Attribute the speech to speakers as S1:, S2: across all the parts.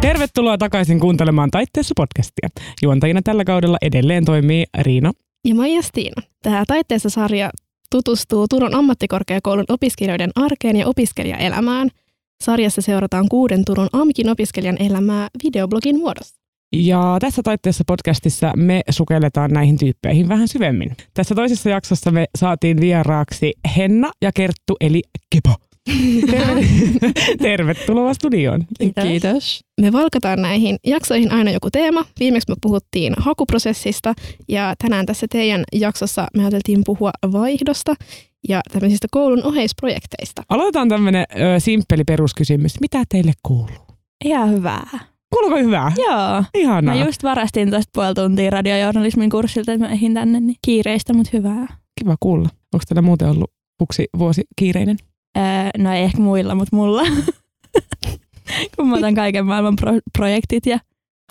S1: Tervetuloa takaisin kuuntelemaan Taitteessa podcastia. Juontajina tällä kaudella edelleen toimii Riina.
S2: Ja Maija Stiina. Tämä Taitteessa sarja tutustuu Turun ammattikorkeakoulun opiskelijoiden arkeen ja opiskelijaelämään. Sarjassa seurataan kuuden Turun AMKin opiskelijan elämää videoblogin muodossa.
S1: Ja tässä taitteessa podcastissa me sukelletaan näihin tyyppeihin vähän syvemmin. Tässä toisessa jaksossa me saatiin vieraaksi Henna ja Kerttu eli Kepo. Terve- Tervetuloa studioon.
S2: Kiitos.
S3: Kiitos.
S2: Me valkataan näihin jaksoihin aina joku teema. Viimeksi me puhuttiin hakuprosessista ja tänään tässä teidän jaksossa me ajateltiin puhua vaihdosta ja tämmöisistä koulun oheisprojekteista.
S1: Aloitetaan tämmöinen ö, simppeli peruskysymys. Mitä teille kuuluu?
S3: Ihan hyvää.
S1: Kuuluuko hyvää?
S3: Joo. Mä
S1: Ihanaa.
S3: just varastin tästä puoli tuntia radiojournalismin kurssilta, että mä ehdin tänne, niin kiireistä, mutta hyvää.
S1: Kiva kuulla. Onko teillä muuten ollut kuksi vuosi kiireinen?
S3: Öö, no ei ehkä muilla, mutta mulla. Kun mä otan kaiken maailman pro- projektit ja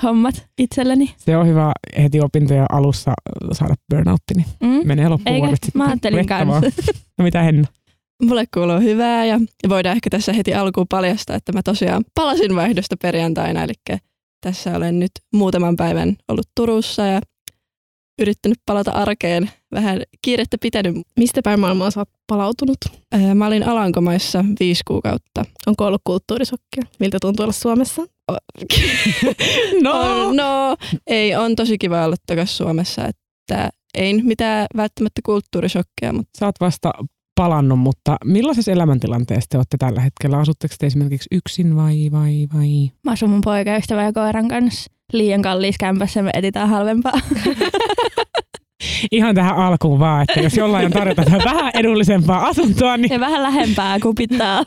S3: hommat itselleni.
S1: Se on hyvä heti opintojen alussa ö, saada burnoutti, niin
S3: Mm.
S1: menee loppuun
S3: Eikö? Mä ajattelin kanssa.
S1: No mitä Henna?
S4: Mulle kuuluu hyvää ja voidaan ehkä tässä heti alkuun paljastaa, että mä tosiaan palasin vaihdosta perjantaina, eli tässä olen nyt muutaman päivän ollut Turussa ja yrittänyt palata arkeen. Vähän kiirettä pitänyt.
S2: Mistä päin maailmaa sä oot palautunut?
S4: Ää, Äh, Mä olin Alankomaissa viisi kuukautta.
S2: Onko ollut kulttuurisokkia? Miltä tuntuu olla Suomessa?
S4: On, no, ei, on tosi kiva olla takas Suomessa, että ei nyt mitään välttämättä kulttuurishokkeja, mutta
S1: Sä oot vasta palannut, mutta millaisessa elämäntilanteessa te olette tällä hetkellä? Asutteko te esimerkiksi yksin vai vai vai?
S3: Mä asun mun poikaystävän ja koiran kanssa liian kalliissa kämpässä, me etsitään halvempaa.
S1: Ihan tähän alkuun vaan, että jos jollain on tarjota jotain vähän edullisempaa asuntoa, niin
S3: ja vähän lähempää kupittaa.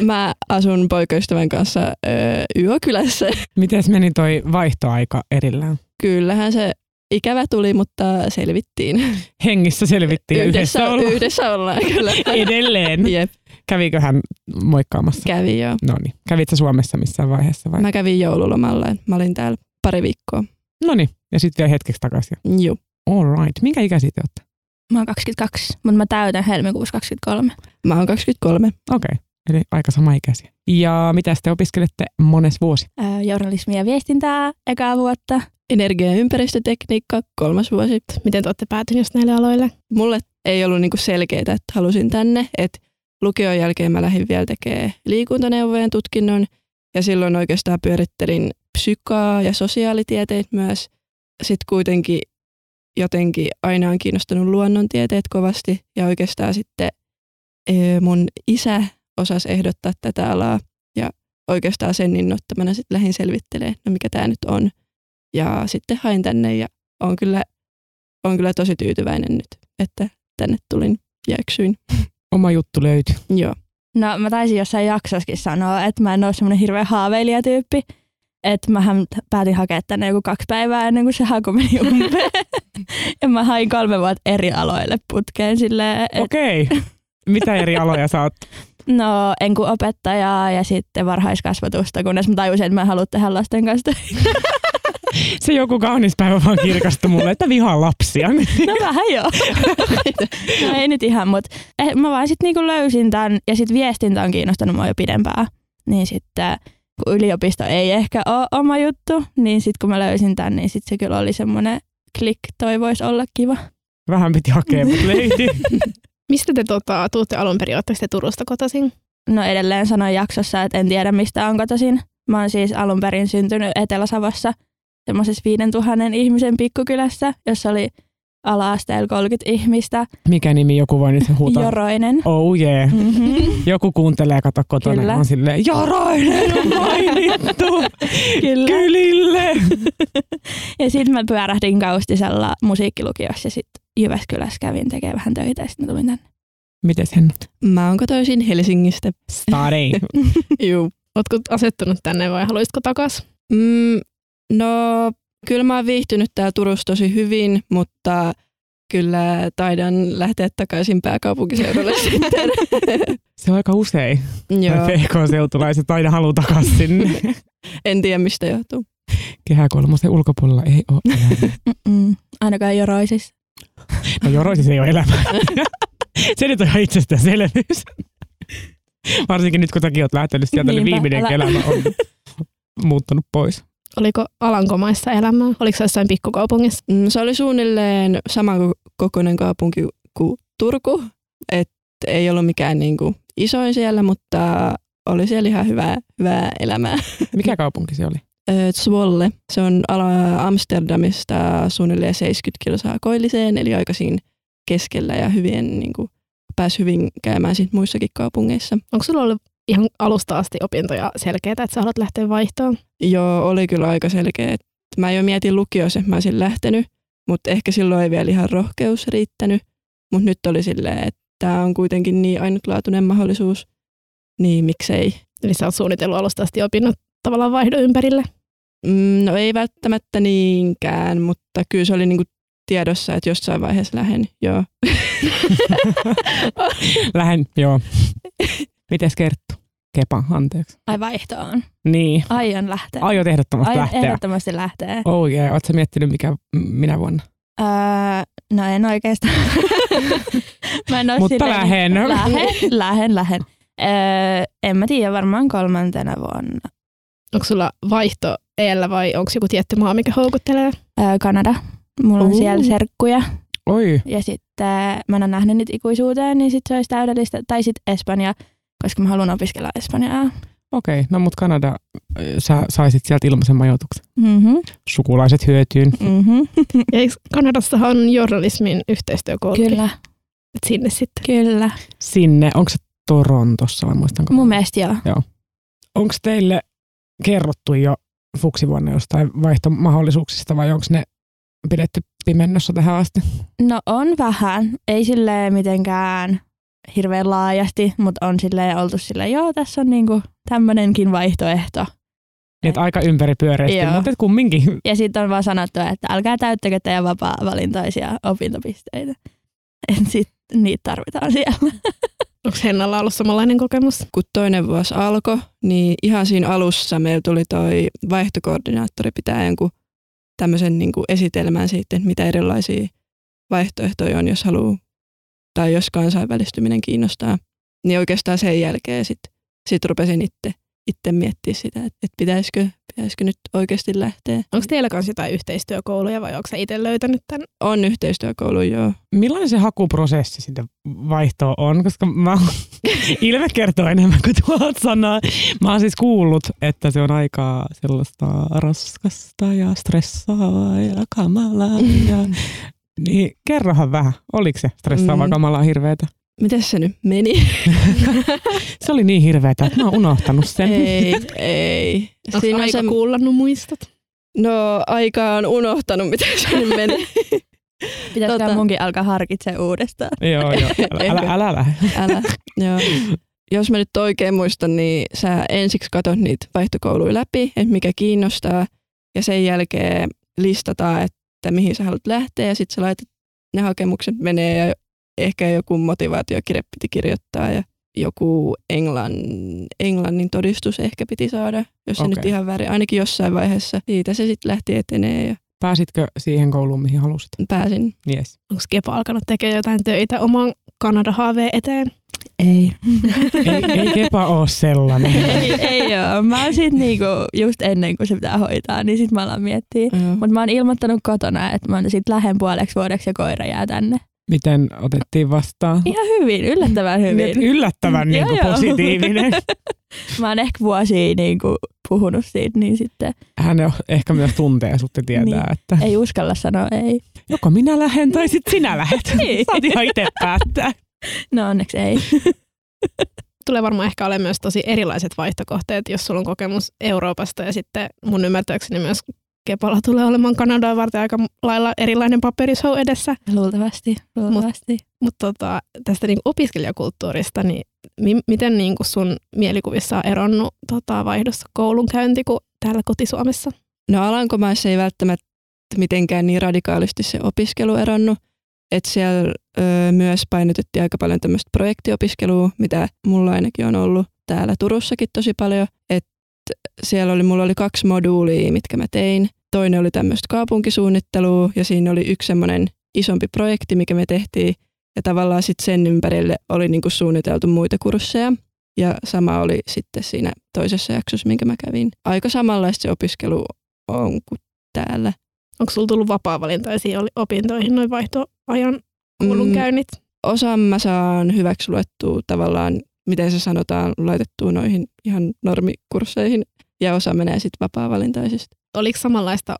S4: mä asun poikaystävän kanssa öö, yökylässä.
S1: miten meni toi vaihtoaika erillään?
S4: Kyllähän se ikävä tuli, mutta selvittiin.
S1: Hengissä selvittiin Niin, ja yhdessä ollaan
S4: yhdessä ollaan kyllä.
S1: edelleen.
S4: Jep,
S1: Kävikö hän moikkaamassa?
S4: kävi joo.
S1: No niin. Kävitkö Suomessa missään vaiheessa vai?
S4: Mä kävin joululomalla. et Mä olin täällä pari viikkoa.
S1: No niin. Ja sitten vielä hetkeksi takaisin.
S4: Juu.
S1: All right. Minkä ikäisiä te olette?
S3: Mä oon 22, mutta mä täytän helmikuussa 23.
S4: Mä oon 23.
S1: Okei. Okay. Eli aika sama ikäisiä. Ja mitä te opiskelette mones vuosi?
S3: Öö, journalismia ja viestintää ekaa vuotta.
S4: Energia- ja ympäristötekniikka, kolmas vuosi.
S2: Miten te olette päätyneet näille aloille?
S4: Mulle ei ollut niinku selkeää, että halusin tänne. Et lukion jälkeen mä lähdin vielä tekemään liikuntaneuvojen tutkinnon. Ja silloin oikeastaan pyörittelin psykaa ja sosiaalitieteet myös. Sitten kuitenkin jotenkin aina on kiinnostanut luonnontieteet kovasti. Ja oikeastaan sitten ee, mun isä osasi ehdottaa tätä alaa. Ja oikeastaan sen innoittamana sitten lähdin selvittelemään, no mikä tämä nyt on. Ja sitten hain tänne ja on kyllä, on kyllä tosi tyytyväinen nyt, että tänne tulin ja eksyin.
S1: oma juttu löytyy.
S4: Joo.
S3: No mä taisin jossain jaksossakin sanoa, että mä en ole semmoinen hirveä haaveilijatyyppi. Että mähän päätin hakea tänne joku kaksi päivää ennen kuin se haku meni umpeen. ja mä hain kolme vuotta eri aloille putkeen silleen, et,
S1: Okei. Mitä eri aloja sä oot?
S3: no en kun opettajaa ja sitten varhaiskasvatusta, kunnes mä tajusin, että mä en halua tehdä lasten kanssa. töitä.
S1: Se joku kaunis päivä vaan kirkastui mulle, että vihaa lapsia.
S3: no vähän joo. no ei nyt ihan, mutta mä vaan sitten niinku löysin tämän ja sitten viestintä on kiinnostanut mua jo pidempään. Niin sitten kun yliopisto ei ehkä ole oma juttu, niin sitten kun mä löysin tämän, niin sitten se kyllä oli semmoinen klik, toi voisi olla kiva.
S1: Vähän piti hakea, mutta löytyi.
S2: Mistä te tota, tuutte alun perin? Oletteko te Turusta kotoisin?
S3: No edelleen sanoin jaksossa, että en tiedä mistä on kotoisin. Mä oon siis alun perin syntynyt Etelä-Savossa semmoisessa 5000 ihmisen pikkukylässä, jossa oli ala-asteella 30 ihmistä,
S1: Mikä nimi joku voi nyt huutaa?
S3: joroinen.
S1: Oh yeah.
S3: Mm-hmm.
S1: Joku kuuntelee, kato kotona
S3: Kyllä.
S1: Kyllä. on silleen, Joroinen on mainittu
S3: Kyllä.
S1: kylille.
S3: Ja sitten mä pyörähdin Kaustisella musiikkilukiossa ja sitten Jyväskylässä kävin tekemään vähän töitä ja sitten tulin tänne.
S1: Miten sen?
S4: Mä oon kotoisin Helsingistä.
S1: Stari.
S4: Joo.
S2: Oletko asettunut tänne vai haluaisitko takas?
S4: Mm, no, kyllä mä oon viihtynyt täällä Turussa tosi hyvin, mutta kyllä taidan lähteä takaisin pääkaupunkiseudulle sitten.
S1: Se on aika usein.
S4: Joo,
S1: PK-seutulaiset aina haluaa takas sinne.
S4: en tiedä mistä johtuu.
S1: Kehä kolmosen ulkopuolella ei ole elämää.
S3: Mm-mm. Ainakaan joroisissa.
S1: No joroisissa ei ole elämää. Se nyt on ihan itsestäänselvyys. Varsinkin nyt kun säkin oot lähtenyt sieltä, niin
S3: Niinpä,
S1: viimeinen
S3: älä-
S1: elämä on. muuttanut pois?
S2: Oliko Alankomaissa elämää? Oliko se jossain pikkukaupungissa?
S4: Mm, Se oli suunnilleen saman ko- kokoinen kaupunki kuin Turku, et ei ollut mikään niinku isoin siellä, mutta oli siellä ihan hyvää, hyvää elämää.
S1: Mikä kaupunki se oli?
S4: Ö, Zwolle, se on ala- Amsterdamista suunnilleen 70 kilsaa koilliseen, eli aika siinä keskellä ja hyvien, niinku, pääsi hyvin käymään sit muissakin kaupungeissa.
S2: Onko sulla ollut ihan alusta asti opintoja selkeitä, että sä haluat lähteä vaihtoon?
S4: Joo, oli kyllä aika selkeä. et Mä jo mietin lukiossa, että mä olisin lähtenyt, mutta ehkä silloin ei vielä ihan rohkeus riittänyt. Mutta nyt oli silleen, että tämä on kuitenkin niin ainutlaatuinen mahdollisuus, niin miksei.
S2: Eli sä oot suunnitellut alusta asti opinnot tavallaan vaihdon ympärille.
S4: Mm, No ei välttämättä niinkään, mutta kyllä se oli niinku tiedossa, että jossain vaiheessa lähden. Joo.
S1: Lähen, joo. Mites Kerttu? Kepa, anteeksi.
S3: Ai vaihtoon.
S1: Niin,
S3: Aion lähteä.
S1: aiot ehdottomasti
S3: Aion
S1: lähteä.
S3: ehdottomasti lähteä.
S1: Oh yeah, ootko sä miettinyt mikä, m- minä vuonna?
S3: Öö, no en oikeastaan. mä en oo
S1: Mutta
S3: silleen-
S1: lähen.
S3: Lähen, lähen, lähen. Öö, en mä tiedä, varmaan kolmantena vuonna.
S2: Onko sulla vaihto eellä vai onko joku tietty maa, mikä houkuttelee?
S3: Öö, Kanada. Mulla on
S1: Ooh.
S3: siellä serkkuja.
S1: Oi,
S3: Ja sitten äh, mä en ole nähnyt nyt ikuisuuteen, niin sitten se olisi täydellistä. Tai sitten Espanja, koska mä haluan opiskella Espanjaa.
S1: okei. Okay. No mut Kanada, äh, sä saisit sieltä ilmaisen majoituksen.
S3: Mm-hmm.
S1: Sukulaiset hyötyyn.
S3: Mm-hmm.
S2: Ja eikö Kanadassahan on journalismin yhteistyökoulutus.
S3: Kyllä,
S2: Sinne sitten.
S3: kyllä.
S1: Sinne, onko se Torontossa vai muistanko?
S3: Mun mielestä joo.
S1: Onko teille kerrottu jo fuksivuonna jostain vaihtomahdollisuuksista vai onko ne pidetty pimennossa tähän asti?
S3: No on vähän. Ei silleen mitenkään hirveän laajasti, mutta on silleen oltu silleen, joo, tässä on niinku tämmöinenkin vaihtoehto.
S1: Niin, että aika ympäripyöreästi,
S3: Joo.
S1: mutta et kumminkin.
S3: Ja sitten on vaan sanottu, että älkää täyttäkö teidän vapaa-valintaisia opintopisteitä. Et sit niitä tarvitaan siellä.
S2: Onko Hennalla ollut samanlainen kokemus?
S4: kun toinen vuosi alkoi, niin ihan siinä alussa meillä tuli toi vaihtokoordinaattori pitää jonkun tämmöisen niin kuin esitelmän siitä, että mitä erilaisia vaihtoehtoja on, jos haluaa tai jos kansainvälistyminen kiinnostaa. Niin oikeastaan sen jälkeen sitten sit rupesin itse itse miettiä sitä, että et pitäisikö, pitäisikö nyt oikeasti lähteä.
S2: Onko teillä kanssa jotain yhteistyökouluja vai onko sä itse löytänyt Siis tämän?
S4: On yhteistyökoulu, joo.
S1: Millainen se hakuprosessi sitä vaihtoa on? Koska mä Ilme kertoo enemmän kuin tuhat sanaa. Mä oon siis kuullut, että se on aika sellaista raskasta ja stressaavaa ja kamalaa. Ja... Niin kerrohan vähän, oliko se stressaavaa,
S4: Mm.
S1: kamalaa, hirveetä?
S4: Mites se nyt meni?
S1: Se oli niin hirveetä, että mä oon unohtanut sen.
S4: ei, ei.
S2: Onko aika se... kuullannut muistot?
S4: no aika on unohtanut, miten se nyt meni.
S3: Pitäisikö
S4: Tota.
S3: munkin alkaa harkitsemaan uudestaan?
S1: joo, joo. Älä, älä, älä lähde.
S4: Älä. Joo. Jos mä nyt oikein muistan, niin sä ensiksi katot niitä vaihtokouluja läpi, että mikä kiinnostaa, ja sen jälkeen listataan, että mihin sä haluat lähteä, ja sitten sä laitat ne hakemukset menee, ja ehkä joku motivaatiokirja piti kirjoittaa, ja joku englann, englannin todistus ehkä piti saada, jos se
S1: Okei.
S4: nyt ihan väärin, ainakin jossain vaiheessa. Siitä se sitten lähti etenee, ja
S1: Pääsitkö siihen kouluun, mihin halusit?
S4: pääsin.
S1: Yes.
S2: Onko Kepa alkanut tekemään jotain töitä oman Kanada-haaveen eteen?
S3: Ei.
S1: Ei, ei Kepa oo sellainen.
S3: ei, ei oo. Mä oon sit niinku, just ennen kuin se pitää hoitaa, niin sit mä alan miettiä. Mutta mä oon ilmoittanut kotona, että mä sit lähden puoleksi vuodeksi ja koira jää tänne.
S1: Miten otettiin vastaan?
S3: Ihan hyvin, yllättävän
S1: Niin,
S3: hyvin. Mm,
S1: Yllättävän niin kuin
S3: Joo, joo.
S1: positiivinen.
S3: Mä oon ehkä vuosia niinku puhunut siitä, niin sitten
S1: Hän on- ehkä myös tuntee sut ja tietää,
S3: Niin.
S1: että
S3: ei uskalla sanoa ei.
S1: joko minä lähden tai sitten sinä lähdet.
S3: Niin.
S1: Saat ihan itse päättää.
S3: No onneksi ei.
S2: Tulee varmaan ehkä olemaan myös tosi erilaiset vaihtokohteet, jos sulla on kokemus Euroopasta ja sitten mun ymmärtääkseni myös Kepalla tulee olemaan Kanadaa varten aika lailla erilainen paperishow edessä.
S3: Luultavasti, luultavasti.
S2: Mutta tota, tästä niin opiskelijakulttuurista, niin mi- miten niin sun mielikuvissa on eronnut tota, vaihdossa koulunkäynti kuin täällä kotisuomessa?
S4: No Alankomaissa ei välttämättä mitenkään niin radikaalisti se opiskelu eronnut, että siellä ö, myös painotettiin aika paljon tämmöistä projektiopiskelua, mitä mulla ainakin on ollut täällä Turussakin tosi paljon, että siellä oli, mulla oli kaksi moduulia, mitkä mä tein. Toinen oli tämmöistä kaupunkisuunnittelua ja siinä oli yksi semmoinen isompi projekti, mikä me tehtiin ja tavallaan sitten sen ympärille oli niinku suunniteltu muita kursseja. Ja sama oli sitten siinä toisessa jaksossa, minkä mä kävin. Aika samanlaista se opiskelu on kuin täällä.
S2: Onko sulla tullut vapaa-valintaisiin oli- opintoihin noin vaihtoajan koulunkäynnit?
S4: osan mä saan hyväksi luettua tavallaan, miten se sanotaan, laitettua noihin ihan normikursseihin. Ja osa menee sitten vapaa-valintaisesti.
S2: Oliko samanlaista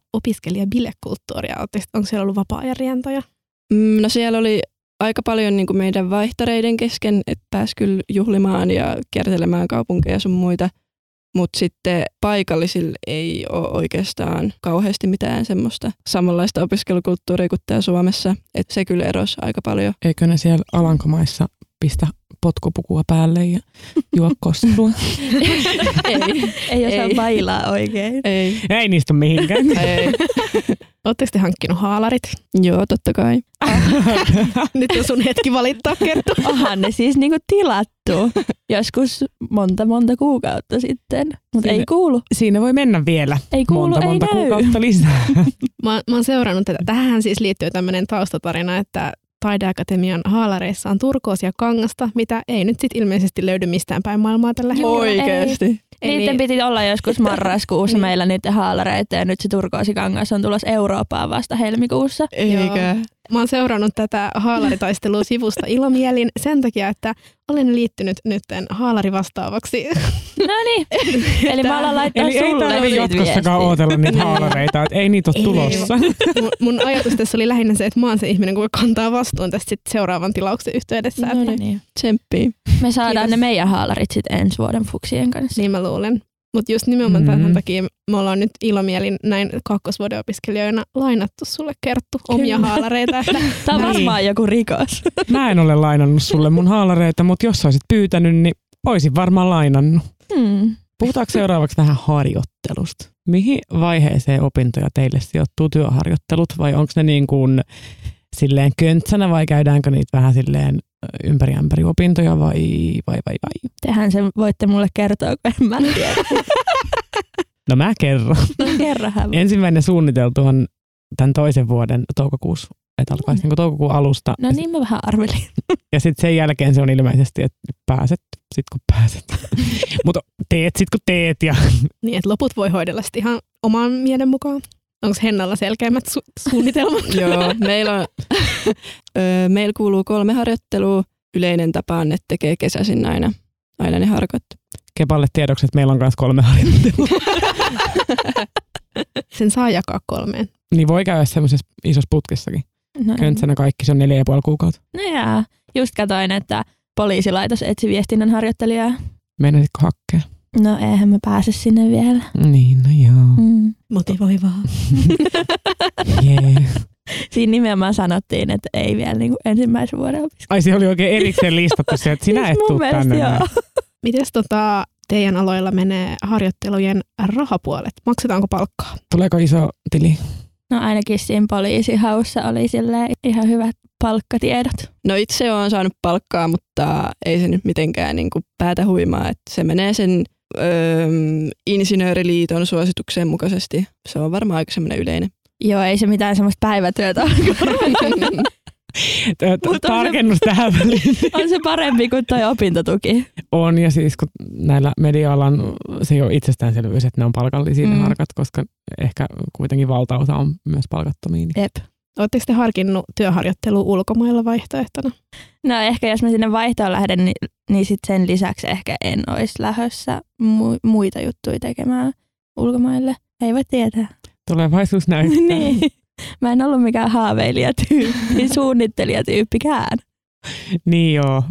S2: opiskelijabilekulttuuria? Ootteko- Onko siellä ollut vapaa-ajan rientoja?
S4: Mm, No siellä oli aika paljon niin kuin meidän vaihtareiden kesken, että pääsi kyllä juhlimaan ja kiertelemään kaupunkeja sun muita. Mutta sitten paikallisilla ei ole oikeastaan kauheasti mitään semmoista samanlaista opiskelukulttuuria kuin täällä Suomessa. Et se kyllä erosi aika paljon.
S1: Eikö ne siellä Alankomaissa pistä potkupukua päälle ja juo kossua?
S4: Ei,
S3: Ei osaa
S4: Ei.
S3: bailaa oikein.
S4: ei,
S1: Ei niistä ole mihinkään.
S4: ei.
S2: Oletteko te hankkinut haalarit?
S4: Joo, totta kai.
S2: Nyt on sun hetki valittaa kerttu.
S3: Onhan ne siis niinku tilattu joskus monta monta kuukautta sitten, mutta ei
S1: Sinne-
S3: kuulu.
S1: Siinä voi mennä vielä
S3: Ei kuulu,
S1: monta
S3: ei
S1: monta
S3: näy.
S1: kuukautta lisää.
S2: Mä, mä oon seurannut tätä. Tähän siis liittyy tämmöinen taustatarina, että Taideakatemian haalareissa on turkoosia kangasta, mitä ei nyt sit ilmeisesti löydy mistään päin maailmaa tällä hetkellä. niin.
S4: Oikeasti.
S2: Eli-
S3: Niiden Niin, piti olla joskus marraskuussa
S2: Niin.
S3: meillä niiden haalareita ja nyt se turkoosikangas on tulossa Eurooppaan vasta helmikuussa.
S4: Eikä.
S2: Mä oon seurannut tätä haalaritaistelua sivusta ilomielin sen takia, että olen liittynyt nytten haalari vastaavaksi.
S3: No niin, eli mä alan laittaa
S1: Eli ei
S3: sulle
S1: tarvitse
S3: siitä
S1: jatkossakaan
S3: viestiä.
S1: ootella niitä haalareita, että ei niitä ole
S2: Ei.
S1: tulossa.
S2: Mun, mun ajatus tässä oli lähinnä se, että mä oon se ihminen, kuka kantaa vastuun tästä sit seuraavan tilauksen yhteydessä.
S3: No
S2: että-
S3: niin.
S4: Tsemppii.
S3: Me saadaan
S2: Kiitos.
S3: ne meidän haalarit sitten ensi vuoden fuksien kanssa.
S2: Niin mä luulen. Mutta just nimenomaan mm.
S1: Mm.
S2: tämän takia me ollaan nyt ilomielin näin kakkosvuoden opiskelijoina lainattu sulle kerttu omia
S3: Kyllä.
S2: haalareita. Että
S3: Tämä on
S1: Niin.
S3: varmaan joku rikos.
S1: Mä en ole lainannut sulle mun haalareita, mutta jos olisit pyytänyt, niin olisin varmaan lainannut.
S3: Hmm.
S1: Puhutaanko seuraavaksi vähän harjoittelusta? Mihin vaiheeseen opintoja teille sijoittuu työharjoittelut vai onko ne niin kuin silleen köntsänä vai käydäänkö niitä vähän silleen ö, ympäri ämpäri opintoja vai vai vai vai?
S3: Tehän sen voitte mulle kertoa, kun en mä tiedä.
S1: No mä kerron.
S3: Kerrahan.
S1: Ensimmäinen suunniteltu on tämän toisen vuoden toukokuussa, että alkaisi niin toukokuun alusta.
S3: Mm. No niin, mä vähän arvelin.
S1: Ja sitten sen jälkeen se on ilmeisesti, että pääset sit kun pääset. Mutta teet sit kun teet ja
S2: niin, et loput voi hoidella sitten ihan oman mielen mukaan. Onko Hennalla selkeämmät su- suunnitelmat?
S4: Joo, meillä, on, Öö, meillä kuuluu kolme harjoittelua. Yleinen tapa on, että tekee kesäisin aina, aina ne harkot.
S1: Kepalle tiedoksi, että meillä on myös kolme harjoittelua.
S2: Sen saa jakaa kolmeen.
S1: niin voi käydä semmoisessa isossa putkessakin.
S3: No,
S1: Köntsänä kaikki, se on neljä ja puoli kuukautta.
S3: no jaa. Just katsoin, että poliisilaitos etsi viestinnän harjoittelijaa.
S1: Meinasitko hakkea?
S3: No eihän mä pääse sinne vielä.
S1: Niin, no joo.
S3: Mm.
S2: Motivoivaa.
S1: Yeah.
S3: Siinä nimenomaan sanottiin, että ei vielä niin ensimmäisen vuoden opiskelu.
S1: Ai se oli oikein erikseen listattu se, että sinä et
S3: Siis mun
S1: tuu
S3: mielestä
S1: tänne.
S3: joo.
S1: näin.
S2: Mites tota, teidän aloilla menee harjoittelujen rahapuolet? Maksetaanko palkkaa?
S1: Tuleeko iso tili?
S3: No ainakin siinä poliisihaussa oli silleen ihan hyvät palkkatiedot.
S4: No itse olen saanut palkkaa, mutta ei se nyt mitenkään niin kuin päätä huimaa. Että se menee sen öö, insinööriliiton suosituksen mukaisesti. Se on varmaan aika semmoinen yleinen.
S3: Joo, ei se mitään semmoista päivätyötä ole.
S1: Ö, t-
S3: Mut on se-
S1: Tarkennus tähän väliin.
S3: On se parempi kuin toi opintotuki.
S1: On, ja siis kun näillä media-alan se ei ole itsestäänselvyys, että ne on palkallisia mm. ne
S3: Mm.
S1: harkat, koska ehkä kuitenkin valtaosa on myös palkattomia. Niin.
S3: Jep.
S2: Oletteko te harkinnut työharjoittelua ulkomailla vaihtoehtona?
S3: No ehkä jos mä sinne vaihtoon lähden, niin, niin sit sen lisäksi ehkä en olisi lähössä mu- muita juttuja tekemään ulkomaille. Ei voi tietää.
S1: Tulevaisuus näyttää.
S3: niin. Mä en ollut mikään haaveilijatyyppi, suunnittelijatyyppikään.
S1: niin joo,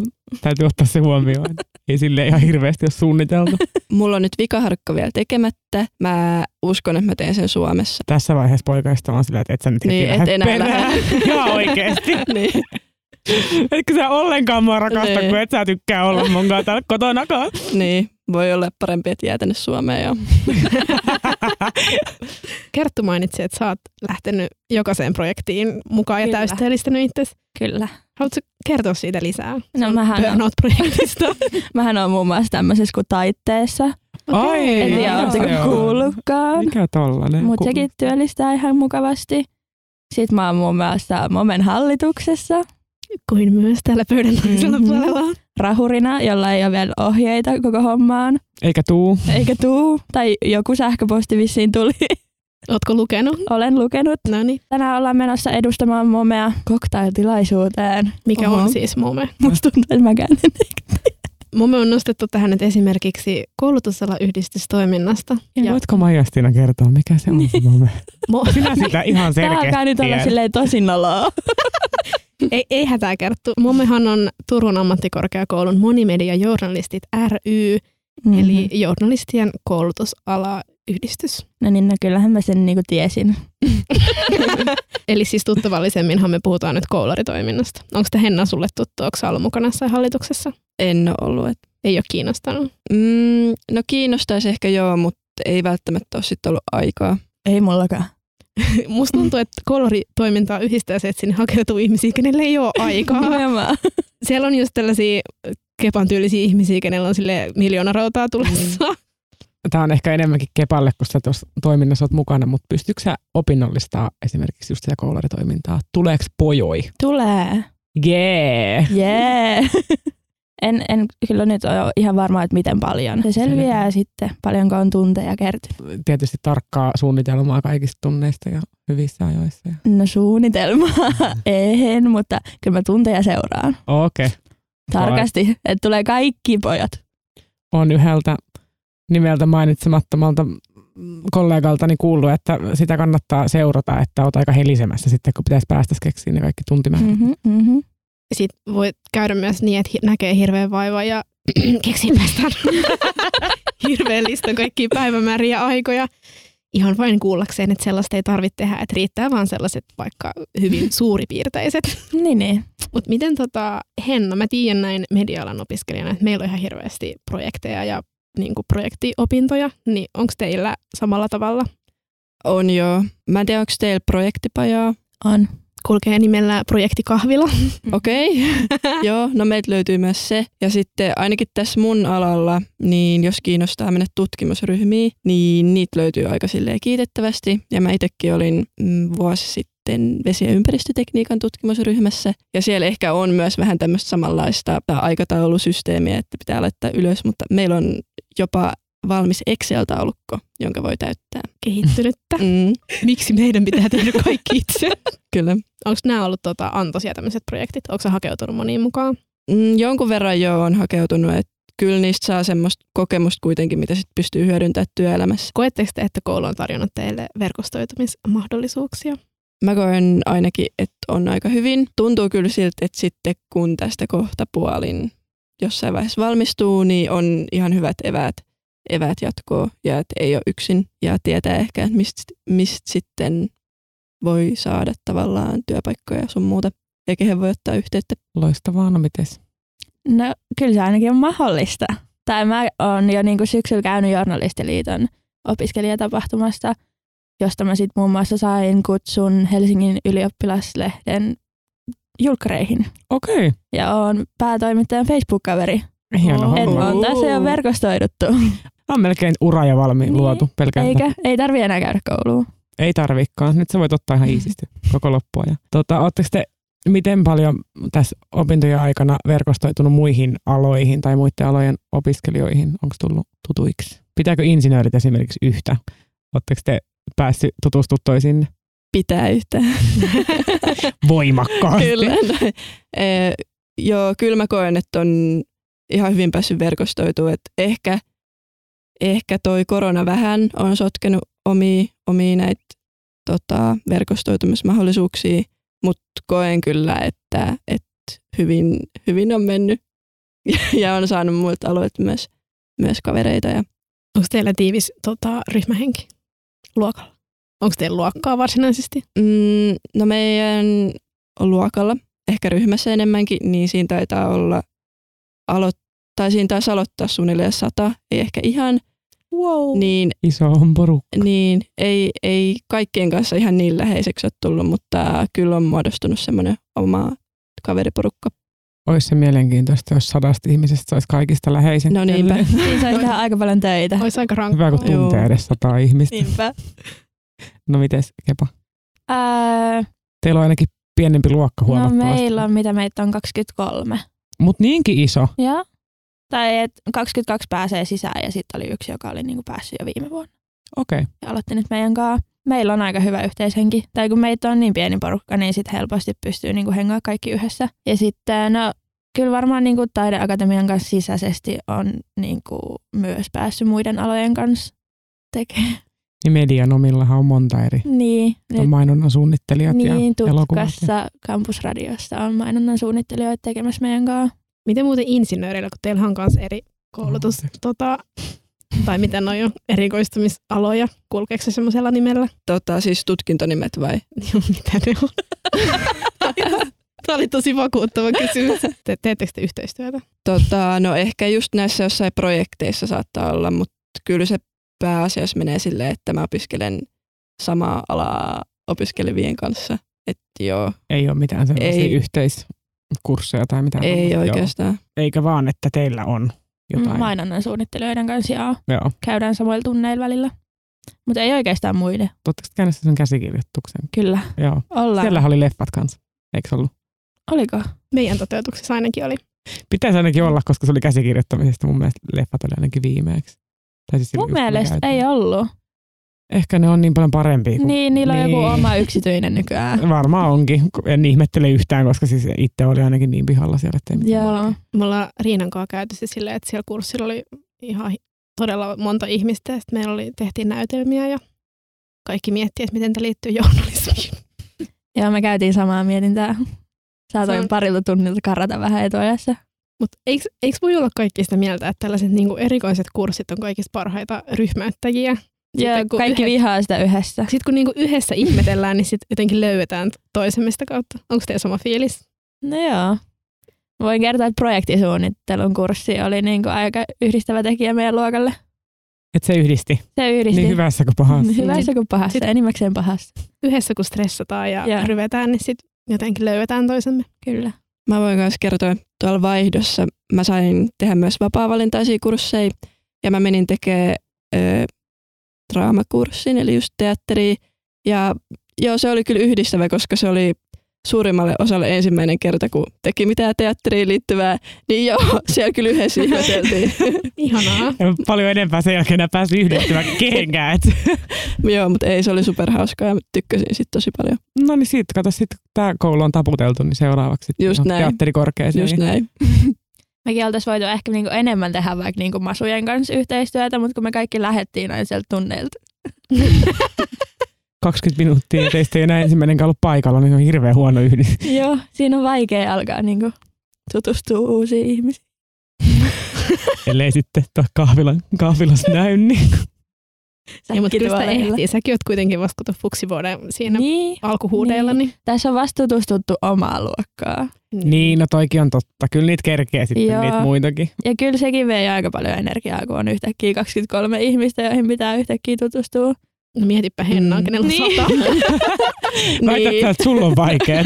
S1: täytyy ottaa se huomioon. Ei sille ihan hirveästi ole suunniteltu.
S4: Mulla on nyt vikaharkka vielä tekemättä. Mä uskon, että mä teen sen Suomessa.
S1: Tässä vaiheessa poikaista on sillä, että et sä nyt heti
S4: Niin,
S1: lähde
S4: et enää
S1: perään. Ihan oikeesti.
S4: niin.
S1: Etkö sä ollenkaan mua rakasta,
S4: Niin.
S1: kun et sä tykkää olla mun kanssa täällä kotonakaan.
S4: niin, voi olla parempi, että jää tänne Suomeen jo.
S2: Kerttu mainitsi, että sä oot lähtenyt jokaiseen projektiin mukaan ja
S3: Kyllä.
S2: täysteellistänyt itsesi.
S3: Kyllä.
S2: Haluatko kertoa siitä lisää?
S3: No mähän on,
S2: Burnout-projektista.
S3: mähän on muun muassa tämmöisessä kuin taitteessa.
S1: Ai,
S3: En tiedä,
S1: joo.
S3: ootteko
S1: Se on.
S3: kuullutkaan.
S1: Mikä tollanen?
S3: Mutta
S1: Ku-
S3: sekin työllistää ihan mukavasti. Sitten mä oon muun muassa Momen hallituksessa.
S2: Kuin myös täällä pöydän toisella
S3: Mhm.
S2: puolella.
S3: rahurina, jolla ei ole vielä ohjeita koko hommaan,
S1: Eikä tuu.
S3: eikä tuu. Tai joku sähköposti vissiin tuli.
S2: Ootko lukenut?
S3: Olen lukenut.
S2: No niin,
S3: Tänään ollaan menossa edustamaan momea koktailtilaisuuteen.
S2: mikä Oho.
S4: Oho.
S2: on siis mome?
S3: Musta tuntuu, että mäkään en
S2: Mome on nostettu tähän nyt esimerkiksi koulutusala yhdistystoiminnasta.
S1: Ja. Voitko Maijastina kertoa, mikä se on se mome?
S2: Mo-
S1: Sinä sitä ihan
S3: Niin. Tää
S1: selkeästi
S3: alkaa nyt olla
S1: tiedät.
S3: silleen tosi noloa.
S2: ei, ei hätää kerttu. Momehan on Turun ammattikorkeakoulun monimediajournalistit ry, mm-hmm.
S3: Mhm.
S2: eli journalistien koulutusala yhdistys.
S3: Mm. No niin, no kyllähän mä sen niinku tiesin.
S2: Eli siis tuttavallisemminhan me puhutaan nyt kouluritoiminnasta. Onko tämä Henna sulle tuttu? Onko sä ollut mukana jossain hallituksessa?
S4: En ole ollut. Et,
S2: Ei ole kiinnostanut.
S4: mm, no kiinnostaisi ehkä joo, mutta ei välttämättä ole sitten ollut aikaa.
S3: Ei mullakaan.
S2: Musta tuntuu, että kouluritoimintaa yhdistää se, että sinne hakeutuu ihmisiä, kenelle ei ole aikaa.
S3: Nimenomaan.
S2: siellä on just tällaisia kepan tyylisiä ihmisiä, kenellä on sille miljoona rautaa tulessa. Mm.
S1: Tämä on ehkä enemmänkin kepalle, kun sä tuossa toiminnassa oot mukana, mutta pystyykö sä opinnollistaa esimerkiksi just sitä koularitoimintaa? Tuleeko pojoi?
S3: Tulee.
S1: Jee! Yeah.
S3: Jee. en, en kyllä nyt ole ihan varma, että miten paljon. Se selviää
S1: Selvä.
S3: sitten, paljonko on tunteja kertynyt.
S1: Tietysti tarkkaa suunnitelmaa kaikista tunneista ja hyvissä ajoissa. ja-
S3: No suunnitelmaa en, mutta kyllä mä tunteja seuraan.
S1: Okei. Okay.
S3: Tarkasti, että tulee kaikki pojat.
S1: On yhdeltä nimeltä mainitsemattomalta kollegaltani kuullut, että sitä kannattaa seurata, että oot aika helisemässä sitten, kun pitäisi päästä keksiä ne kaikki tuntimäärät.
S3: Mm-hmm, mm-hmm.
S2: Sitten voi käydä myös niin, että hi- näkee hirveän vaivaa ja keksii päästään hirveän listan kaikkia päivämääriä ja aikoja. Ihan vain kuullakseen, että sellaista ei tarvitse tehdä, että riittää vaan sellaiset vaikka hyvin suuripiirteiset.
S3: Niin, niin.
S2: Mutta miten tota, Henna, mä tiedän näin media-alan opiskelijana, että meillä on ihan hirveästi projekteja ja niin kuin projektiopintoja, niin onko teillä samalla tavalla?
S4: On joo. Mä en tiedä, onko teillä projektipajaa.
S3: On.
S2: Kulkee nimellä projektikahvila.
S4: Okei. Okay. Joo, no meiltä löytyy myös se. Ja sitten ainakin tässä mun alalla, niin jos kiinnostaa mennä tutkimusryhmiin, niin niitä löytyy aika silleen kiitettävästi. Ja mä itsekin olin mm, vuosi sitten vesi- ja ympäristötekniikan tutkimusryhmässä. Ja siellä ehkä on myös vähän tämmöistä samanlaista tai aikataulusysteemiä, että pitää laittaa ylös, mutta meillä on jopa valmis Excel-taulukko, jonka voi täyttää.
S2: Kehittynyttä.
S4: Mm,
S2: Miksi meidän pitää tehdä kaikki itse?
S4: kyllä.
S2: Onko nämä ollut tota, antoisia tämmöiset projektit? Onko hakeutunut moniin mukaan?
S4: Mm, jonkun verran jo on hakeutunut, että kyllä niistä saa semmoista kokemusta kuitenkin, mitä sit pystyy hyödyntämään työelämässä.
S2: Koetteko te, että koulu on tarjonnut teille verkostoitumismahdollisuuksia?
S4: Mä koen ainakin, että on aika hyvin. Tuntuu kyllä siltä, että sitten kun tästä kohta puolin jossain vaiheessa valmistuu, niin on ihan hyvät eväät, eväät jatkoa ja että ei ole yksin ja tietää ehkä, että mistä mist sitten voi saada tavallaan työpaikkoja ja sun muuta ja kehen voi ottaa yhteyttä.
S1: Loistavaa, no mites?
S3: No kyllä se ainakin on mahdollista. Tai mä oon jo niin syksyllä käynyt journalistiliiton opiskelijatapahtumasta, josta mä sitten muun muassa sain kutsun Helsingin ylioppilaslehden julkkareihin.
S1: Okei, okay.
S3: Ja oon päätoimittajan Facebook-kaveri.
S1: hieno
S3: Et
S1: homma.
S4: Oho.
S3: oon tässä jo verkostoiduttu.
S1: On melkein ura jo valmiin
S3: Niin.
S1: niin. luotu pelkään.
S3: Eikä, ei tarvi enää käydä kouluun.
S1: Ei tarvikaan. Nyt sä voit ottaa ihan iisisti koko loppua. Ja, tota, ootteko te miten paljon tässä opintojen aikana verkostoitunut muihin aloihin tai muiden alojen opiskelijoihin? Onko tullut tutuiksi? Pitääkö insinöörit esimerkiksi yhtä? Oletteko te päässyt tutustumaan toisiin
S4: Pitää yhtään.
S1: voimakkaasti?
S4: kyllä. Eh, Joo, kyllä mä koen, että on ihan hyvin päässyt verkostoitua. Et ehkä, ehkä toi korona vähän on sotkenut omia, omia näitä tota, verkostoitumismahdollisuuksia, mutta koen kyllä, että, että hyvin, hyvin on mennyt ja on saanut muilta alueilta myös, myös kavereita. Ja
S2: Onko teillä tiivis tota, ryhmähenki luokalla? Onko teillä luokkaa varsinaisesti?
S4: Mm, no meidän luokalla, ehkä ryhmässä enemmänkin, niin siinä taitaa olla, alo- tai siinä taisi aloittaa suunnilleen sata, ei ehkä ihan,
S3: Wow.
S4: niin,
S1: Iso on porukka.
S4: niin ei, ei kaikkien kanssa ihan niin läheiseksi ole tullut, mutta kyllä on muodostunut semmoinen oma kaveriporukka.
S1: Olisi se mielenkiintoista, jos sadasta ihmisestä saisi kaikista läheisen.
S4: No niinpä.
S3: Niin saisi tehdä aika paljon töitä.
S2: Olisi aika rankkaa.
S1: Hyvä, kun
S4: Joo.
S1: tuntee edes sataa ihmistä.
S3: Niinpä.
S1: No mites, Kepa?
S3: Ää,
S1: Teillä on ainakin pienempi luokka
S3: no
S1: huomattavasti.
S3: meillä on, mitä meitä on 23.
S1: Mutta niinkin iso.
S3: Ja. Tai et 22 pääsee sisään ja sitten oli yksi, joka oli niinku päässyt jo viime vuonna.
S1: Okei. Okay.
S3: Ja aloitti nyt meidän kanssa. Meillä on aika hyvä yhteishenki. Tai kun meitä on niin pieni porukka, niin sitten helposti pystyy niinku hengaa kaikki yhdessä. Ja sitten no, kyllä varmaan niinku taideakatemian kanssa sisäisesti on niinku myös päässyt muiden alojen kanssa tekemään.
S1: Niin medianomillahan on monta eri.
S3: Niin,
S1: On mainonnan suunnittelijat ja
S3: niin
S1: elokuvat. ja-
S3: tutkassa kampusradiossa on mainonnan suunnittelijoita tekemässä meidän kanssa.
S2: Miten muuten insinööreillä, kun teillä on myös eri koulutus,
S1: Anteeksi.
S2: tota, tai miten on jo erikoistumisaloja, kulkeeko se semmoisella nimellä?
S4: Tota, siis tutkintonimet vai?
S2: Joo, mitä ne on? Tämä oli tosi vakuuttava kysymys. Te, teettekö te yhteistyötä?
S4: Tota, no ehkä just näissä jossain projekteissa saattaa olla, mutta kyllä se pääasiassa menee silleen, että mä opiskelen samaa alaa opiskelevien kanssa. Että joo,
S1: Ei ole mitään
S4: Ei.
S1: sellaisia yhteiskursseja tai mitään.
S4: ei
S1: Joo.
S4: oikeastaan.
S1: Eikä vaan, että teillä on jotain.
S3: Mm, Mainonnan suunnittelijoiden kanssa ja
S1: Joo.
S3: käydään samoilla tunneilla välillä. Mutta ei oikeastaan muiden.
S1: Oletteko te käynyt sen käsikirjoituksen?
S3: Kyllä.
S1: Joo.
S3: Ollaan.
S1: Siellähän oli leffat kanssa. Eikö ollut?
S3: Oliko?
S2: Meidän toteutuksessa ainakin oli.
S1: Pitäisi ainakin olla, koska se oli käsikirjoittamisesta. Mun mielestä leffat oli ainakin viimeeksi. Tai siis
S3: Mun mielestä ei ollut.
S1: Ehkä ne on niin paljon parempia Niin kuin
S3: Niin, niillä on
S1: Niin.
S3: joku oma yksityinen nykyään.
S1: Varmaan onkin. En ihmettele yhtään, koska siis itse oli ainakin niin pihalla siellä, että ei mitään.
S3: Joo.
S2: Me ollaan Riinan kanssa käyty se silleen, että siellä kurssilla oli ihan hi- todella monta ihmistä ja sitten meillä oli, tehtiin näytelmiä ja kaikki miettii, että miten tämä liittyy journalismiin.
S3: Joo, me käytiin samaa mietintää. Saatoin
S2: Se on-
S3: parilta tunnilta karata vähän etuajassa.
S2: Mutta eikö, eikö voi olla kaikki sitä mieltä, että tällaiset niinku erikoiset kurssit on kaikista parhaita ryhmäyttäjiä?
S3: Ja
S2: Sitten kun
S3: kaikki
S2: yhdet-
S3: vihaa sitä yhdessä.
S2: Sitten kun niinku yhdessä ihmetellään, niin sitten jotenkin löydetään toisemme sitä kautta. Onko teillä sama fiilis?
S3: No joo. Voin kertoa, että projektisuunnittelun kurssi oli niin kuin aika yhdistävä tekijä meidän luokalle.
S1: Että se yhdisti.
S3: Se yhdisti.
S1: Niin hyvässä kuin
S4: Mm.
S1: pahassa.
S3: Niin Hyvässä kuin pahassa,
S2: Sitten-
S3: enimmäkseen pahassa.
S2: Yhdessä kun stressataan ja
S3: Joo.
S2: yeah. ryvetään, niin sitten jotenkin löydetään toisemme.
S3: Kyllä.
S4: Mä voin myös kertoa, että tuolla vaihdossa mä sain tehdä myös vapaa-valintaisia kursseja ja mä menin tekemään ö, draamakurssin, eli just teatteri. Ja joo, se oli kyllä yhdistävä, koska se oli suurimmalle osalle ensimmäinen kerta, kun teki mitään teatteriin liittyvää, niin joo, siellä kyllä yhdessä ihmeteltiin.
S2: Ihanaa.
S1: Ja paljon enempää sen jälkeen enää pääsi yhdistymään kehenkään. Et.
S4: joo, mutta ei, se oli superhauskaa ja mä tykkäsin sitten tosi paljon.
S1: No niin siitä, kato, sit tämä koulu on taputeltu, niin seuraavaksi sit
S4: Just
S1: on
S4: näin.
S1: teatterikorkeeseen.
S4: Just
S3: niin.
S4: näin.
S3: Mekin oltaisiin voitu ehkä niinku enemmän tehdä vaikka niinku masujen kanssa yhteistyötä, mutta kun me kaikki lähettiin aina sieltä tunneilta.
S1: 20 minuuttia teistä ei enää ensimmäinenkään ollut paikalla, niin se on hirveän huono yhdistys.
S3: Joo, siinä on vaikea alkaa niinku tutustua uusiin ihmisiin.
S1: Ellei sitten tuo kahvila, kahvilassa näy, niin
S2: Ei, mutta Niin, kyllä sitä
S3: Säkkituoleilla.
S2: ehtii. Säkin oot kuitenkin vasta kuitenkin fuksivuoden siinä niin.
S3: Niin.
S2: alkuhuudeilla. Niin.
S3: Tässä on vasta tutustuttu omaa luokkaa.
S1: Niin, no toikin on totta. Kyllä niitä kerkee sitten
S3: Joo.
S1: niitä muitakin.
S3: Ja kyllä sekin vei aika paljon energiaa, kun on yhtäkkiä 23 ihmistä, joihin pitää yhtäkkiä tutustua.
S2: No mietipä Hennaa,
S1: Mm.
S2: kenellä
S3: Niin.
S2: niin. sata.
S4: Niin.
S1: Väitätkö, että sulla on vaikeaa?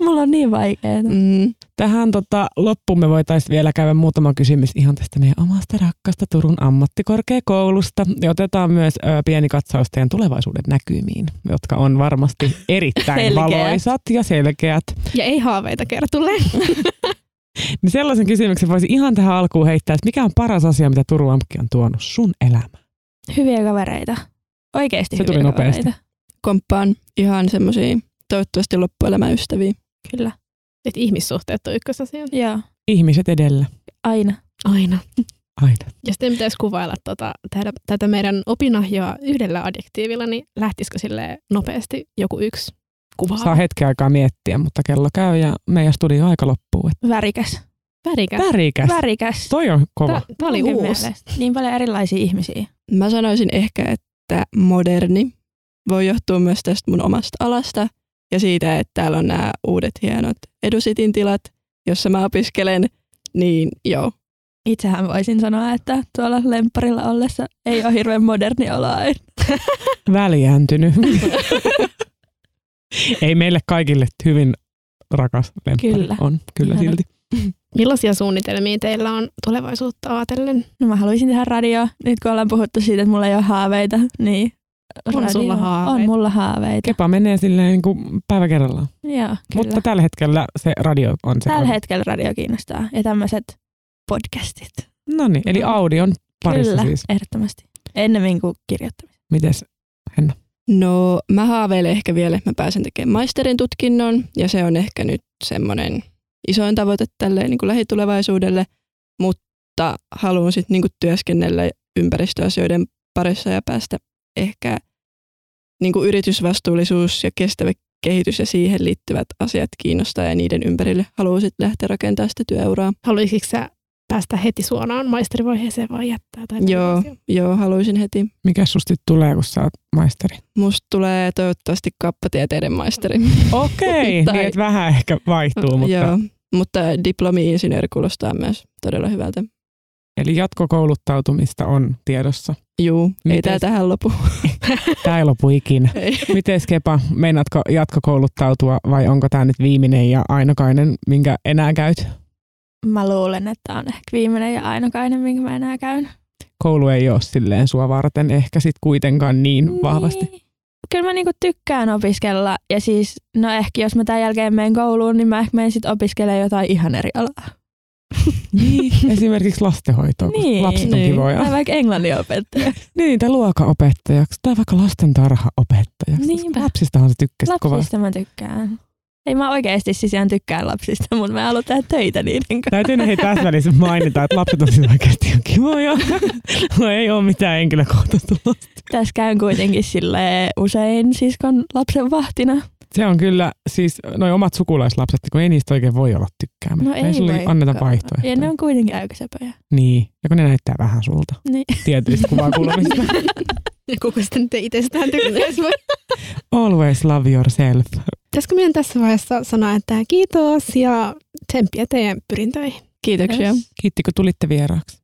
S3: Mulla on niin vaikeaa.
S4: Mm,
S1: Tähän tota, loppuun me voitaisiin vielä käydä muutama kysymys ihan tästä meidän omasta rakkaasta Turun ammattikorkeakoulusta. Ja otetaan myös ö, pieni katsaus teidän tulevaisuuden näkymiin, jotka on varmasti erittäin
S3: Selkeät.
S1: valoisat ja selkeät.
S2: Ja ei haaveita kertulle.
S1: Niin sellaisen kysymyksen voisi ihan tähän alkuun heittää, että mikä on paras asia, mitä Turun amkki on tuonut sun elämään?
S3: Hyviä kavereita. Oikeasti
S1: Se
S3: hyviä
S1: tuli nopeasti.
S3: kavereita.
S4: komppaan ihan semmoisia toivottavasti loppuelämäystäviä.
S3: Kyllä.
S2: Että ihmissuhteet on ykkösasia.
S3: Joo.
S1: Ihmiset edellä,
S3: Aina.
S2: Aina.
S1: aina.
S2: Jos te pitäisi kuvailla tota, tätä, tätä meidän opinahjoa yhdellä adjektiivilla, niin lähtisikö sille nopeasti joku yksi kuva?
S1: Saa hetken aikaa miettiä, mutta kello käy ja meidän studio aika loppuu. Että
S3: Värikäs.
S2: Värikäs.
S1: värikäs.
S3: Värikäs.
S1: Toi on kova.
S2: Tämä oli
S3: Munkin
S2: uusi.
S3: mielestä. Niin paljon erilaisia ihmisiä.
S4: Mä sanoisin ehkä, että moderni voi johtua myös tästä mun omasta alasta ja siitä, että täällä on nämä uudet hienot edusitin tilat, jossa mä opiskelen, niin joo.
S3: Itsehän voisin sanoa, että tuolla lempparilla ollessa ei ole hirveän moderni olo.
S1: väliääntynyt. Ei meille kaikille hyvin rakas lemppari
S3: Kyllä.
S1: on, kyllä
S3: Ihana.
S1: silti.
S2: Millaisia suunnitelmia teillä on tulevaisuutta ajatellen?
S3: No mä haluaisin tehdä radioa. Nyt kun ollaan puhuttu siitä, että mulla ei ole haaveita, niin
S2: On sulla
S3: radio-
S2: haaveita.
S3: On mulla haaveita.
S1: Kepa menee silleen niin kuin päivä kerrallaan.
S3: Joo, kyllä.
S1: Mutta tällä hetkellä se radio on se.
S3: Tällä hetkellä radio kiinnostaa ja tämmöiset podcastit.
S1: No niin, eli audion parissa
S3: Mm. Kyllä,
S1: siis.
S3: ehdottomasti. Ennemmin kuin kirjoittamista.
S1: Mites?
S4: No mä haaveilen ehkä vielä, että mä pääsen tekemään maisterin tutkinnon ja se on ehkä nyt semmoinen isoin tavoite tälleen niin kuin lähitulevaisuudelle, mutta haluan sitten niin kuin työskennellä ympäristöasioiden parissa ja päästä ehkä niin kuin yritysvastuullisuus ja kestävä kehitys ja siihen liittyvät asiat kiinnostaa ja niiden ympärille haluan sitten lähteä rakentamaan sitä työuraa.
S2: Haluaisitko sä päästä heti suoraan maisterivaiheeseen vai jättää? Tai
S4: Joo, joo, haluaisin heti.
S1: Mikä susti tulee, kun sä oot maisteri?
S4: Musta tulee toivottavasti kappatieteiden maisteri.
S1: Okei,
S4: Tai-
S1: niin että vähän ehkä vaihtuu, mutta
S4: Mm, Joo, mutta diplomi-insinööri kuulostaa myös todella hyvältä.
S1: eli jatkokouluttautumista on tiedossa.
S4: Juu, ei
S1: Miten-
S4: tämä tähän lopu.
S1: Tämä ei lopu ikinä.
S4: Ei.
S1: Mites Kepa, meinaatko jatkokouluttautua vai onko tämä nyt viimeinen ja ainokainen, minkä enää käyt?
S3: Mä luulen, että on ehkä viimeinen ja ainokainen, minkä mä enää käyn.
S1: Koulu ei ole silleen sua varten ehkä sit kuitenkaan niin vahvasti.
S3: Niin. Kyllä mä niinku tykkään opiskella ja siis, no ehkä jos mä tämän jälkeen menen kouluun, niin mä ehkä menen sitten opiskelemaan jotain ihan eri alaa.
S1: Esimerkiksi lastenhoitoa, kun
S3: Niin.
S1: Niin. lapset on
S4: Niin.
S1: kivoja.
S3: Tai vaikka englannin opettaja.
S1: Niin, tai luokanopettajaksi tai vaikka lastentarhaopettajaksi.
S3: Niinpä.
S1: Lapsistahan sä tykkäsit kovasti.
S3: Niin. Lapsista mä tykkään. Ei mä oikeasti siis ihan tykkään lapsista, mutta mä haluan tehdä töitä niiden kanssa.
S1: Täytyy nyt hei tässä välissä mainita, että lapset on siis oikeasti ihan kivoja. No ei ole mitään henkilökohtaista.
S3: Tässä käyn kuitenkin sille usein siskon lapsen vahtina.
S1: Se on kyllä, siis noi omat sukulaislapset, kun ei niistä oikein voi olla tykkäämättä.
S3: No ei
S1: sulle
S3: voikaan.
S1: anneta vaihtoehtoja.
S3: Ja ne on kuitenkin äykäsepöjä.
S1: Niin, ja kun ne näyttää vähän sulta.
S3: Niin.
S1: Tietyistä kuvakulmista.
S2: Ja kuka sitten nyt ei itsestään tykkäisi vai?
S1: Always love yourself.
S2: Pitäisikö meidän tässä vaiheessa sanoa, että kiitos ja tsemppiä teidän pyrintöihin?
S4: Kiitoksia.
S3: Yes.
S1: Kiitti, kun tulitte vieraaksi.